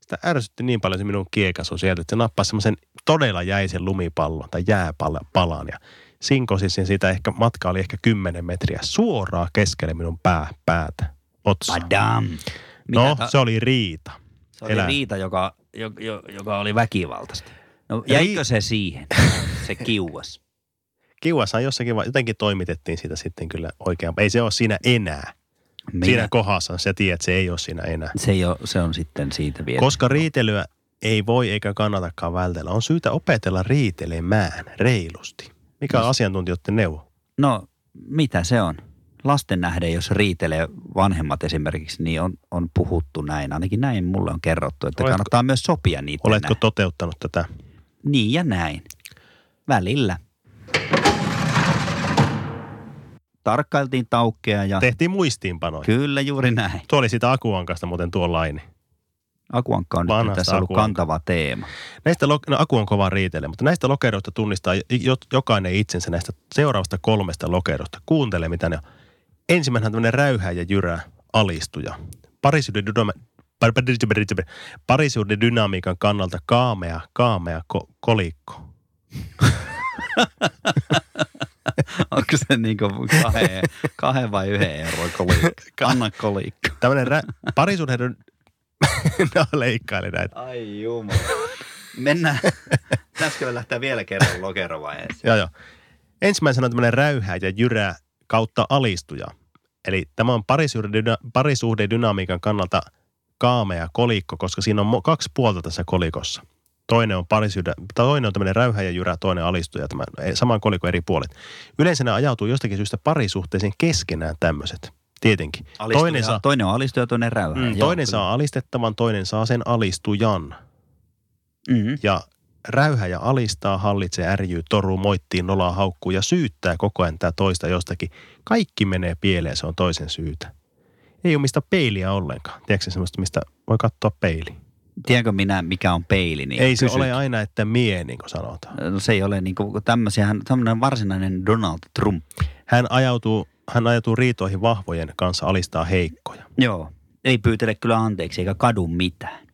Speaker 2: Sitä ärsytti niin paljon se minun kiekasu sieltä, että se nappasi semmoisen todella jäisen lumipallon tai jääpalan ja sinkosi sen siitä ehkä, matka oli ehkä 10 metriä suoraan keskelle minun pää, päätä, otsaa.
Speaker 3: Badam. Mitä
Speaker 2: No,
Speaker 3: ta-
Speaker 2: se oli riita.
Speaker 3: se oli
Speaker 2: elää.
Speaker 3: riita, joka, jo, jo, joka oli väkivaltaista. No, jäikö se siihen, se kiuas?
Speaker 2: Kiuasaan jossakin vai jotenkin toimitettiin sitä sitten kyllä oikein. Ei se ole siinä enää.
Speaker 3: Minä,
Speaker 2: Siinä kohdassa sä tiedät, että se ei ole siinä enää.
Speaker 3: se, ei ole, se on sitten siitä vielä.
Speaker 2: Koska riitelyä ei voi eikä kannatakaan vältellä, on syytä opetella riitelemään reilusti. Mikä on
Speaker 3: Niin.
Speaker 2: asiantuntijoiden neuvo?
Speaker 3: No, mitä se on? Lasten nähden, jos riitelee vanhemmat esimerkiksi, niin on, on puhuttu näin. Ainakin näin mulle on kerrottu, että
Speaker 2: Oletko-
Speaker 3: Oletko, kannattaa myös sopia niitä.
Speaker 2: Oletko toteuttanut tätä?
Speaker 3: Niin ja näin. Välillä. Tarkkailtiin taukkea ja...
Speaker 2: Tehtiin muistiinpanoja.
Speaker 3: Kyllä juuri näin.
Speaker 2: Tuo oli sitä akuankasta muuten tuo laini.
Speaker 3: Akuankka on nyt
Speaker 2: Vanhasta
Speaker 3: tässä ollut
Speaker 2: Akuankka.
Speaker 3: kantava teema.
Speaker 2: Näistä, lo- no, aku on kova riitele, mutta näistä lokeroista tunnistaa jo- jokainen itsensä näistä seuraavasta kolmesta lokerosta. Kuuntele, mitä ne on. Ensimmäinen on tämmöinen räyhä ja jyrä alistuja. Parisuuden dynama- par- par- par- par- par- parisuuden dynamiikan kannalta kaamea, kaamea ko- kolikko.
Speaker 3: Onko se niin kuin kahden, kahden vai yhden euron kolikko? Anna kolikko.
Speaker 2: Tämmöinen rä- parisuuden... dy- no leikkaile näitä.
Speaker 3: Ai jumala. Mennään. Pitäisikö me lähteä vielä kerran lokerovaiheeseen?
Speaker 2: Joo, joo. Ensimmäisenä on tämmöinen räyhä ja jyrä kautta alistuja. Eli tämä on parisuhdedyna- parisuhdedynamiikan kannalta kaamea kolikko, koska siinä on mo- kaksi puolta tässä kolikossa. Toinen on parisuhde, tai toinen on tämmöinen räyhä ja jyrä, toinen alistuja, tämä ei- saman kolikon eri puolet. Yleensä nämä ajautuu jostakin syystä parisuhteeseen keskenään tämmöiset, tietenkin.
Speaker 3: Alistuja,
Speaker 2: Toinen saa-
Speaker 3: toinen on alistuja, toinen räyhä.
Speaker 2: Mm,
Speaker 3: Joo,
Speaker 2: toinen
Speaker 3: kyllä.
Speaker 2: saa alistettavan, toinen saa sen alistujan.
Speaker 3: Mm.
Speaker 2: Ja räyhä ja alistaa, hallitsee, ärjyy, toruu, moittii, nolaa, haukkuu ja syyttää koko ajan tämä toista jostakin. Kaikki menee pieleen, se on toisen syytä. Ei ole mistä peiliä ollenkaan. Tiedätkö sä semmoista, mistä voi katsoa peili?
Speaker 3: Tiedänkö minä, mikä on peili? Niin
Speaker 2: Ei, ei se
Speaker 3: kysyt.
Speaker 2: ole aina, että mie, niin kuin sanotaan.
Speaker 3: No se ei ole niin kuin tämmöisiähän, tämmöinen varsinainen Donald Trump.
Speaker 2: Hän ajautuu, hän ajautuu riitoihin vahvojen kanssa, alistaa heikkoja.
Speaker 3: Joo. Ei pyytele kyllä anteeksi eikä kadu mitään.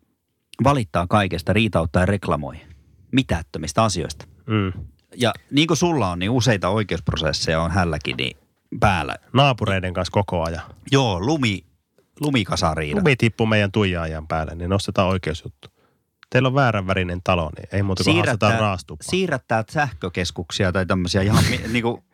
Speaker 3: Valittaa kaikesta, riitauttaa ja reklamoi. Mitättömistä asioista.
Speaker 2: Mm.
Speaker 3: Ja niin kuin sulla on, niin useita oikeusprosesseja on hälläkin niin päällä.
Speaker 2: Naapureiden kanssa koko ajan.
Speaker 3: Joo, lumi, lumikasariina.
Speaker 2: Lumi tippuu meidän tuijaajan päälle, niin nostetaan oikeusjuttu. Teillä on väärän värinen talo, niin ei muuta kuin haastetaan raastupaan.
Speaker 3: siirrättää sähkökeskuksia tai tämmöisiä ihan, mi- niinku,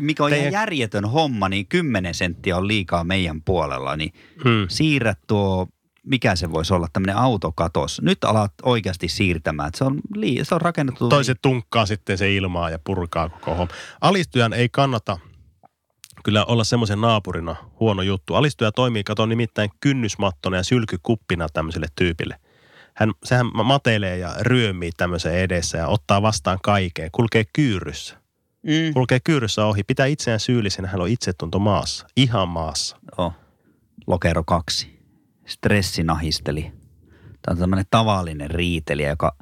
Speaker 3: mikä on ihan
Speaker 2: Teidän-
Speaker 3: järjetön homma, niin 10 senttiä on liikaa meidän puolella, niin
Speaker 2: mm.
Speaker 3: siirrä tuo, mikä se voisi olla, tämmöinen autokatos. Nyt alat oikeasti siirtämään, että se on, lii, se on rakennettu.
Speaker 2: Toiset tunkkaa sitten se ilmaa ja purkaa koko homma. Alistujan ei kannata kyllä olla semmoisen naapurina huono juttu. Alistuja toimii, kato nimittäin kynnysmattona ja sylkykuppina tämmöiselle tyypille. Hän, sehän matelee ja ryömii tämmöisen edessä ja ottaa vastaan kaiken. Kulkee kyyryssä.
Speaker 3: Mm.
Speaker 2: Kulkee kyyryssä ohi. Pitää itseään syyllisenä. Hän on itsetunto maassa. Ihan maassa.
Speaker 3: Joo. Lokero kaksi. Stressinahisteli. Tämä on tämmöinen tavallinen riitelijä, joka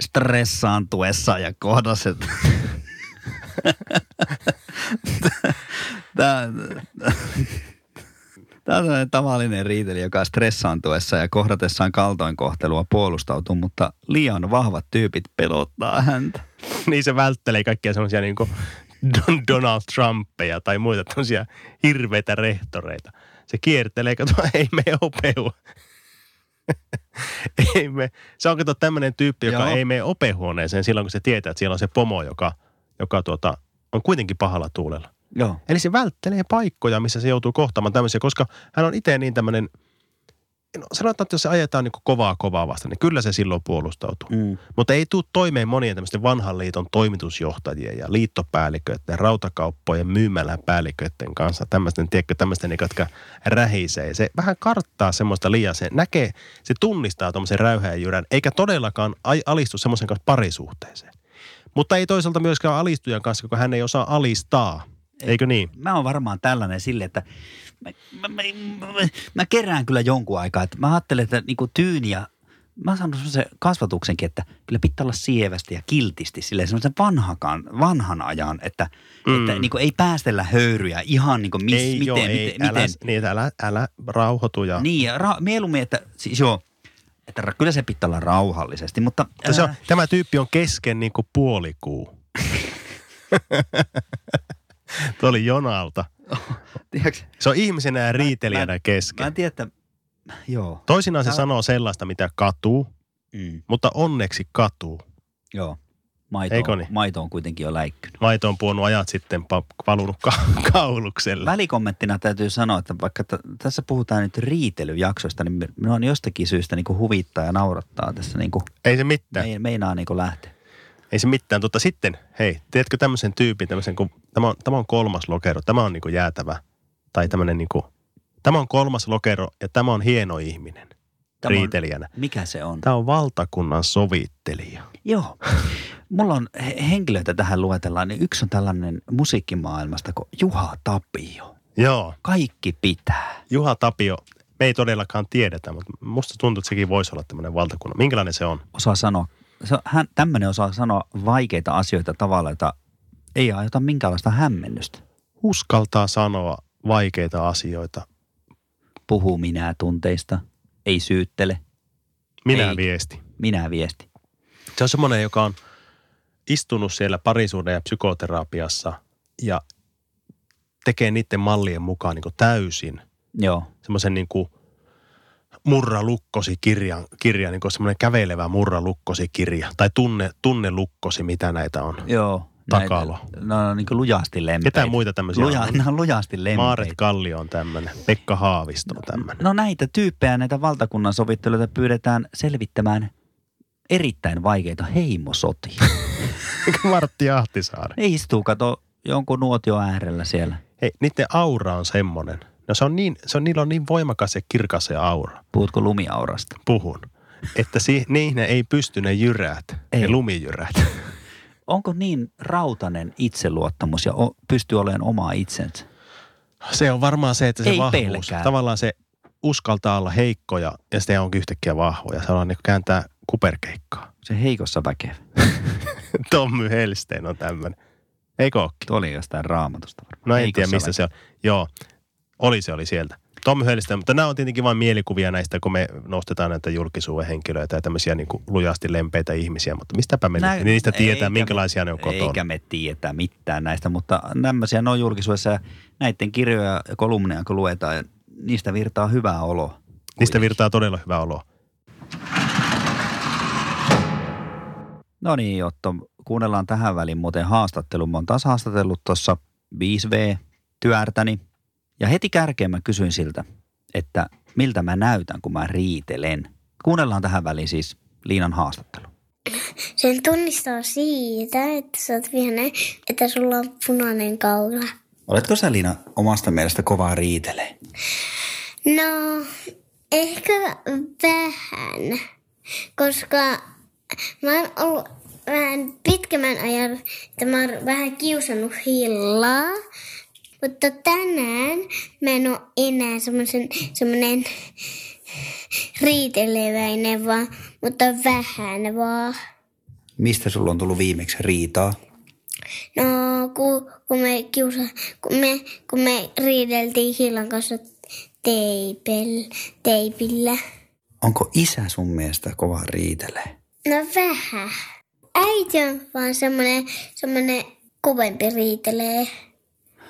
Speaker 3: stressaantuessa ja kohdaset. Tämä, tämä on tämmöinen tavallinen riitelijä, joka stressaantuessa ja kohdatessaan kaltoinkohtelua puolustautuu, mutta liian vahvat tyypit pelottaa häntä.
Speaker 2: niin se välttelee kaikkia semmoisia niin Don, Donald Trumpeja tai muita tämmöisiä hirveitä rehtoreita. Se kiertelee, kato, ei me opeua. ei me. Se on kato tämmöinen tyyppi, joka
Speaker 3: Joo.
Speaker 2: Joo. ei mene opehuoneeseen silloin, kun se tietää, että siellä on se pomo, joka, joka tuota, on kuitenkin pahalla tuulella.
Speaker 3: Joo.
Speaker 2: Eli se välttelee paikkoja, missä se joutuu kohtaamaan tämmöisiä, koska hän on itse niin tämmöinen no, sanotaan, että jos se ajetaan niin kovaa kovaa vasta, niin kyllä se silloin puolustautuu.
Speaker 3: Mm.
Speaker 2: Mutta ei tule toimeen monien tämmöisten vanhan liiton toimitusjohtajien ja liittopäälliköiden, rautakauppojen myymäläpäälliköiden kanssa. Tämmöisten, tiedätkö, tämmöisten, niin, jotka rähisee. Se vähän karttaa semmoista liian. Se näkee, se tunnistaa tuommoisen räyhäjän jyrän, eikä todellakaan ai- alistu semmoisen kanssa parisuhteeseen. Mutta ei toisaalta myöskään alistujan kanssa, kun hän ei osaa alistaa. Eikö niin?
Speaker 3: Mä oon varmaan tällainen sille, että mä, mä, mä, mä, mä kerään kyllä jonkun aikaa. Että mä ajattelen, että niinku tyyniä, mä oon saanut semmoisen kasvatuksenkin, että kyllä pitää olla sievästi ja kiltisti. Silleen semmoisen vanhakan, vanhan ajan, että, mm. että niinku ei päästellä höyryjä ihan niinku mis,
Speaker 2: ei
Speaker 3: miten,
Speaker 2: joo,
Speaker 3: miten,
Speaker 2: ei,
Speaker 3: miten.
Speaker 2: älä, Niin, että älä, älä rauhoitu ja...
Speaker 3: Niin, ja ra- mieluummin, että siis joo, että ra- kyllä se pitää olla rauhallisesti, mutta...
Speaker 2: Mutta se on,
Speaker 3: ää,
Speaker 2: tämä tyyppi on kesken niin kuin puolikuu. Tuo oli Jonalta.
Speaker 3: tiedätkö,
Speaker 2: Se on ihmisenä ja riitelijänä
Speaker 3: mä
Speaker 2: kesken.
Speaker 3: en tiedä, että... Joo.
Speaker 2: Toisinaan se
Speaker 3: Mä-
Speaker 2: sanoo sellaista, mitä katuu,
Speaker 3: Mm,
Speaker 2: mutta onneksi katuu.
Speaker 3: joo. Maito,
Speaker 2: Eikö
Speaker 3: on,
Speaker 2: niin?
Speaker 3: maito on kuitenkin jo läikkynyt.
Speaker 2: Maito on puonut ajat sitten pa- valunut ka- kaulukselle.
Speaker 3: Välikommenttina täytyy sanoa, että vaikka t- tässä puhutaan nyt riitelyjaksoista, niin mi- minua on jostakin syystä niin kuin huvittaa ja naurattaa tässä niin kuin,
Speaker 2: Ei se mitään.
Speaker 3: me, meinaa niin kuin lähteä.
Speaker 2: Ei se mitään. Tota, sitten, hei, tiedätkö tämmöisen tyypin, tämmöisen, kun, tämä, on, tämä on kolmas lokero, tämä on niinku jäätävä. Tai tämmöinen niinku, tämä on kolmas lokero ja tämä on hieno ihminen
Speaker 3: Tämä on-
Speaker 2: riitelijänä.
Speaker 3: Mikä se on?
Speaker 2: Tämä on valtakunnan sovittelija.
Speaker 3: Joo. Mulla on he- henkilöitä tähän luetellaan, niin yksi on tällainen musiikkimaailmasta kuin Juha Tapio.
Speaker 2: Joo,
Speaker 3: Kaikki pitää.
Speaker 2: Juha Tapio, me ei todellakaan tiedetä, mutta musta tuntuu, että sekin voisi olla tämmöinen valtakunnan. Minkälainen se on?
Speaker 3: Osaa sanoa, se, on- hän, tämmöinen osaa sanoa vaikeita asioita tavalla, jota ei aiheuta minkäänlaista hämmennystä.
Speaker 2: Uskaltaa sanoa vaikeita asioita.
Speaker 3: Puhuu minä tunteista, ei syyttele,
Speaker 2: Minä
Speaker 3: Ei.
Speaker 2: ei. viesti.
Speaker 3: minä viesti.
Speaker 2: Se on semmoinen, joka on istunut siellä parisuuden ja psykoterapiassa ja tekee niiden mallien mukaan niin täysin
Speaker 3: Joo.
Speaker 2: semmoisen niin kuin murralukkosi kirjan, kirja, niin kuin semmoinen kävelevä murralukkosi kirja tai tunne, tunnelukkosi, mitä näitä on.
Speaker 3: Joo.
Speaker 2: Takalo.
Speaker 3: Näitä, no, no niin kuin lujasti lempeitä.
Speaker 2: Ketä muita tämmöisiä
Speaker 3: Luja,
Speaker 2: on?
Speaker 3: nämä on lujasti lempeitä.
Speaker 2: Maaret Kallio on tämmöinen, Pekka Haavisto on tämmöinen.
Speaker 3: No näitä tyyppejä, näitä valtakunnan sovittelijoita pyydetään selvittämään erittäin vaikeita heimosotia.
Speaker 2: Mm. Martti Ahtisaari.
Speaker 3: ne istuu, kato, jonkun nuotio äärellä siellä.
Speaker 2: Hei, niiden aura on semmoinen. No se on niin, se on, niillä on niin voimakas ja kirkas se aura,
Speaker 3: Puhutko lumiaurasta?
Speaker 2: puhun, että si, niihin ei pysty ne jyräät, ei.
Speaker 3: Ei.
Speaker 2: ne lumijyrät.
Speaker 3: Onko niin rautanen itseluottamus ja o, pystyy olemaan oma itsensä?
Speaker 2: Se on varmaan se, että se
Speaker 3: Ei
Speaker 2: vahvuus,
Speaker 3: pelkää.
Speaker 2: tavallaan se uskaltaa olla heikkoja ja sitten onkin yhtäkkiä vahvoja. Se on niin kuin kääntää kuperkeikkaa.
Speaker 3: Se heikossa väkevä.
Speaker 2: Tommy Helstein on tämmöinen. Eikö ookin?
Speaker 3: Tuo oli jostain raamatusta varmaan.
Speaker 2: No en
Speaker 3: Heikossa
Speaker 2: tiedä, mistä
Speaker 3: väkevä.
Speaker 2: se on. Joo, oli se oli sieltä. Tom Höllistä, mutta nämä on tietenkin vain mielikuvia näistä, kun me nostetaan näitä julkisuuden henkilöitä ja tämmöisiä niin kuin lujasti lempeitä ihmisiä, mutta mistäpä me
Speaker 3: Nä-
Speaker 2: nyt, niin niistä tietää,
Speaker 3: eikä me-
Speaker 2: minkälaisia ne on kotona.
Speaker 3: Eikä me tietää mitään näistä, mutta tämmöisiä ne on julkisuudessa ja näiden kirjoja ja kolumneja kun luetaan, ja niistä virtaa hyvää oloa.
Speaker 2: Niistä virtaa todella hyvä olo.
Speaker 3: No niin, Otto, kuunnellaan tähän väliin muuten haastattelu. Mä oon taas haastatellut tuossa 5V-tyärtäni. Ja heti kärkeen mä kysyin siltä, että miltä mä näytän, kun mä riitelen. Kuunnellaan tähän väliin siis Liinan haastattelu.
Speaker 4: Sen tunnistaa siitä, että sä oot vihane, että sulla on punainen kaula.
Speaker 3: Oletko sä, Liina, omasta mielestä kovaa riitelee?
Speaker 4: No, ehkä vähän, koska mä oon ollut vähän pitkemmän ajan, että mä oon vähän kiusannut hillaa. Mutta tänään mä en oo enää semmosen, semmonen riiteleväinen vaan, mutta vähän vaan.
Speaker 3: Mistä sulla on tullut viimeksi riitaa?
Speaker 4: No, kun, kun, me kiusa, kun, me, kun me riideltiin Hillan kanssa teipel, teipillä.
Speaker 3: Onko isä sun mielestä kovaa riitelee?
Speaker 4: No vähän. Äiti on vaan semmonen, semmonen kovempi riitelee.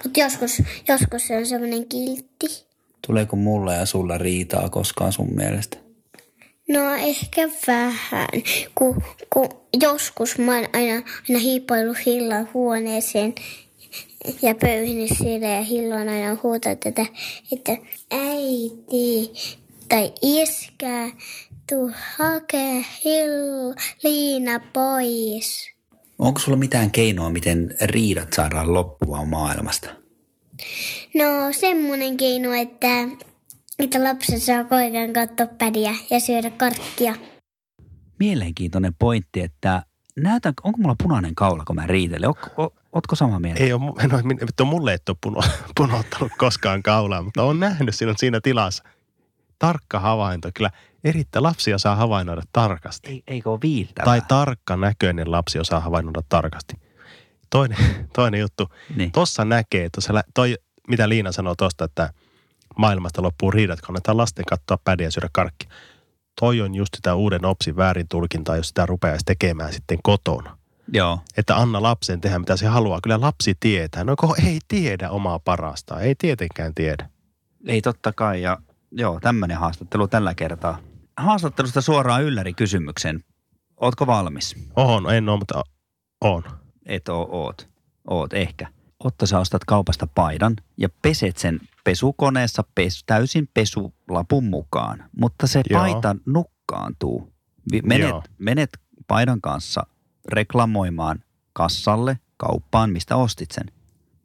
Speaker 4: Mut joskus, joskus se on semmonen kiltti.
Speaker 3: Tuleeko mulla ja sulla riitaa koskaan sun mielestä?
Speaker 4: No ehkä vähän, kun, kun joskus mä oon aina, aina hiipaillut Hillan huoneeseen ja pöyhinyt siellä ja Hilla on aina huutanut tätä, että äiti, tai iskää, tuu hakee hill, liina pois.
Speaker 3: Onko sulla mitään keinoa, miten riidat saadaan loppumaan maailmasta?
Speaker 4: No semmonen keino, että, että lapset saa koiran katsoa pädiä ja syödä karkkia.
Speaker 3: Mielenkiintoinen pointti, että näytän, onko mulla punainen kaula, kun mä riitelen? Ootko, o- ootko samaa mieltä?
Speaker 2: Ei ole, mu- en ole, min- vittu, mulle et ole puno, punottanut koskaan kaulaa, mutta olen nähnyt sinut siinä tilassa. Tarkka havainto, kyllä erittäin lapsia saa havainnoida tarkasti.
Speaker 3: Ei, eikö ole viiltävää?
Speaker 2: Tai tarkka näköinen lapsi osaa havainnoida tarkasti. Toinen, toinen juttu.
Speaker 3: niin.
Speaker 2: Tuossa näkee, tuossa, lä- toi, mitä Liina sanoi tuosta, että maailmasta loppuu riidat, kun annetaan lasten katsoa pädiä ja syödä karkki. Toi on just sitä uuden opsin väärin tulkintaa, jos sitä rupeaisi tekemään sitten kotona
Speaker 3: Joo.
Speaker 2: että anna lapsen tehdä mitä se haluaa. Kyllä lapsi tietää. No kun ei tiedä omaa parasta, ei tietenkään tiedä.
Speaker 3: Ei totta kai. Ja joo, tämmöinen haastattelu tällä kertaa. Haastattelusta suoraan ylläri kysymyksen. Ootko valmis?
Speaker 2: On, en ole, mutta on.
Speaker 3: Et oo, oot. Oot ehkä. Otto, sä ostat kaupasta paidan ja peset sen pesukoneessa pes, täysin pesulapun mukaan. Mutta se
Speaker 2: Joo.
Speaker 3: paita nukkaantuu. Vi- Menet,
Speaker 2: Joo.
Speaker 3: menet paidan kanssa reklamoimaan kassalle, kauppaan, mistä ostit sen.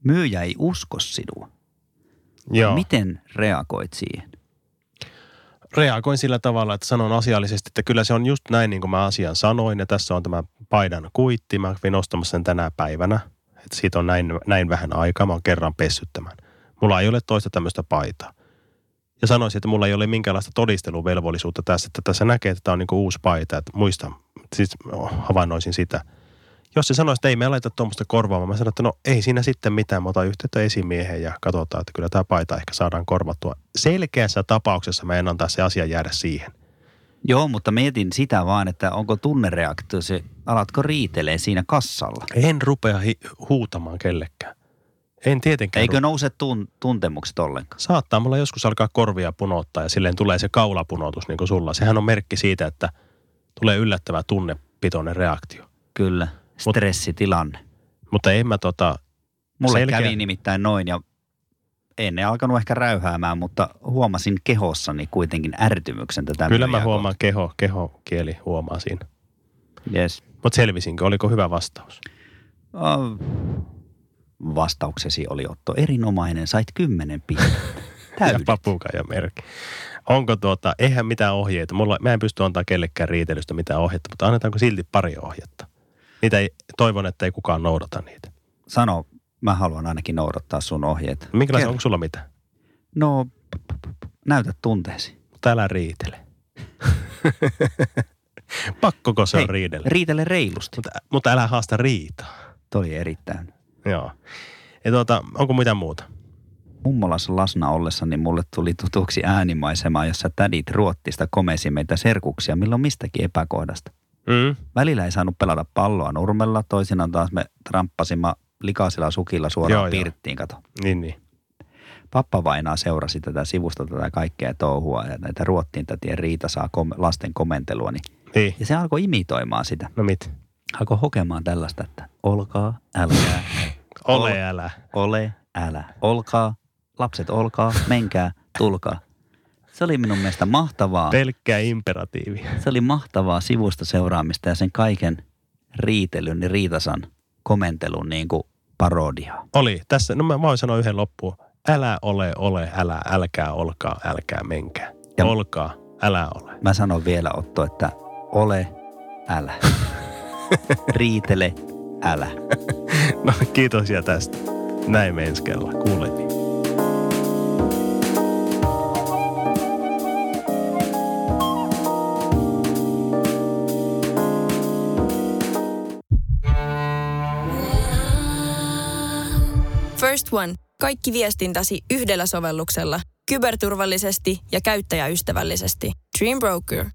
Speaker 3: Myyjä ei usko sinua.
Speaker 2: Joo. Mit?
Speaker 3: Miten reagoit siihen?
Speaker 2: Reagoin sillä tavalla, että sanon asiallisesti, että kyllä se on just näin, niin kuin mä asian sanoin. Ja tässä on tämä paidan kuitti. Mä kävin ostamassa sen tänä päivänä. Että siitä on näin, näin vähän aikaa. Mä oon kerran pessyt tämän. Mulla ei ole toista tämmöistä paitaa. Ja sanoisin, että mulla ei ole minkäänlaista todisteluvelvollisuutta tässä, että tässä näkee, että tämä on niinku uusi paita. Että muista, siis oh, havainnoisin sitä. Jos se sanoisi, että ei me laita tuommoista korvaamaan, mä sanoin, että no ei siinä sitten mitään, mä otan yhteyttä esimiehen ja katsotaan, että kyllä tämä paita ehkä saadaan korvattua. Selkeässä tapauksessa mä en antaa se asia jäädä siihen.
Speaker 3: Joo, mutta mietin sitä vaan, että onko tunnereaktio se, alatko riitelee siinä kassalla?
Speaker 2: En rupea hi- huutamaan kellekään. En tietenkään.
Speaker 3: Eikö
Speaker 2: rupea.
Speaker 3: nouse tun, tuntemukset ollenkaan?
Speaker 2: Saattaa mulla joskus alkaa korvia punottaa ja silleen tulee se kaulapunotus niin kuin sulla. Sehän on merkki siitä, että tulee yllättävä tunnepitoinen reaktio.
Speaker 3: Kyllä, stressitilanne.
Speaker 2: Mutta en mä tota,
Speaker 3: Mulle
Speaker 2: selkeä-
Speaker 3: kävi nimittäin noin ja en ne alkanut ehkä räyhäämään, mutta huomasin kehossani kuitenkin ärtymyksen tätä.
Speaker 2: kyllä mä
Speaker 3: myyjää
Speaker 2: huomaan keho, keho, kieli huomaa siinä.
Speaker 3: kohtaan. Yes.
Speaker 2: Mutta selvisinkö, oliko hyvä vastaus?
Speaker 3: Oh. Vastauksesi oli Otto erinomainen, sait kymmenen pistettä.
Speaker 2: ja
Speaker 3: Täydet.
Speaker 2: papukaija merkki. Onko tuota, eihän mitään ohjeita. Mulla, mä en pysty antaa kellekään riitelystä mitään ohjetta, mutta annetaanko silti pari ohjetta? Niitä ei, toivon, että ei kukaan noudata niitä.
Speaker 3: Sano, mä haluan ainakin noudattaa sun ohjeita.
Speaker 2: Minkälaista,
Speaker 3: Kerro.
Speaker 2: onko sulla mitä?
Speaker 3: No, p- p- p- näytä tunteesi.
Speaker 2: Mutta älä riitele. Pakkoko se on
Speaker 3: Hei,
Speaker 2: riidellä?
Speaker 3: Riitele reilusti.
Speaker 2: Mutta, mutta älä haasta riitaa.
Speaker 3: Toi oli erittäin.
Speaker 2: Joo. Ja tuota, onko mitä muuta?
Speaker 3: Mummolassa lasna ollessa, niin mulle tuli tutuksi äänimaisema, jossa tädit ruottista komesi meitä serkuksia milloin mistäkin epäkohdasta.
Speaker 2: Mm.
Speaker 3: Välillä ei saanut pelata palloa nurmella, toisinaan taas me tramppasimme likaisilla sukilla suoraan
Speaker 2: Joo,
Speaker 3: joo,
Speaker 2: joo.
Speaker 3: pirttiin, kato.
Speaker 2: Niin, niin.
Speaker 3: Pappa vainaa seurasi tätä sivusta tätä kaikkea touhua ja näitä ruottiin tätien riita saa kom- lasten komentelua. Niin.
Speaker 2: niin.
Speaker 3: Ja se alkoi imitoimaan sitä.
Speaker 2: No mit?
Speaker 3: Alkoi hokemaan tällaista, että olkaa, älkää,
Speaker 2: Ole
Speaker 3: Ole.
Speaker 2: älä.
Speaker 3: ole, älä, olkaa, lapset olkaa, menkää, tulkaa. Se oli minun mielestä mahtavaa.
Speaker 2: Pelkkää imperatiivia.
Speaker 3: Se oli mahtavaa sivusta seuraamista ja sen kaiken riitelyn ja riitasan komentelun niin kuin parodia.
Speaker 2: Oli. Tässä, no mä, mä voin sanoa yhden loppuun. Älä ole, ole, älä, älkää, olkaa, älkää, menkää. Ja
Speaker 3: Ja-
Speaker 2: olkaa, älä ole.
Speaker 3: Mä sanon vielä Otto, että ole, älä. Riitele, älä.
Speaker 2: No kiitos ja tästä. Näin me ensi kerralla. Kuulemiin.
Speaker 1: First One. Kaikki viestintäsi yhdellä sovelluksella. Kyberturvallisesti ja käyttäjäystävällisesti. Dream Broker.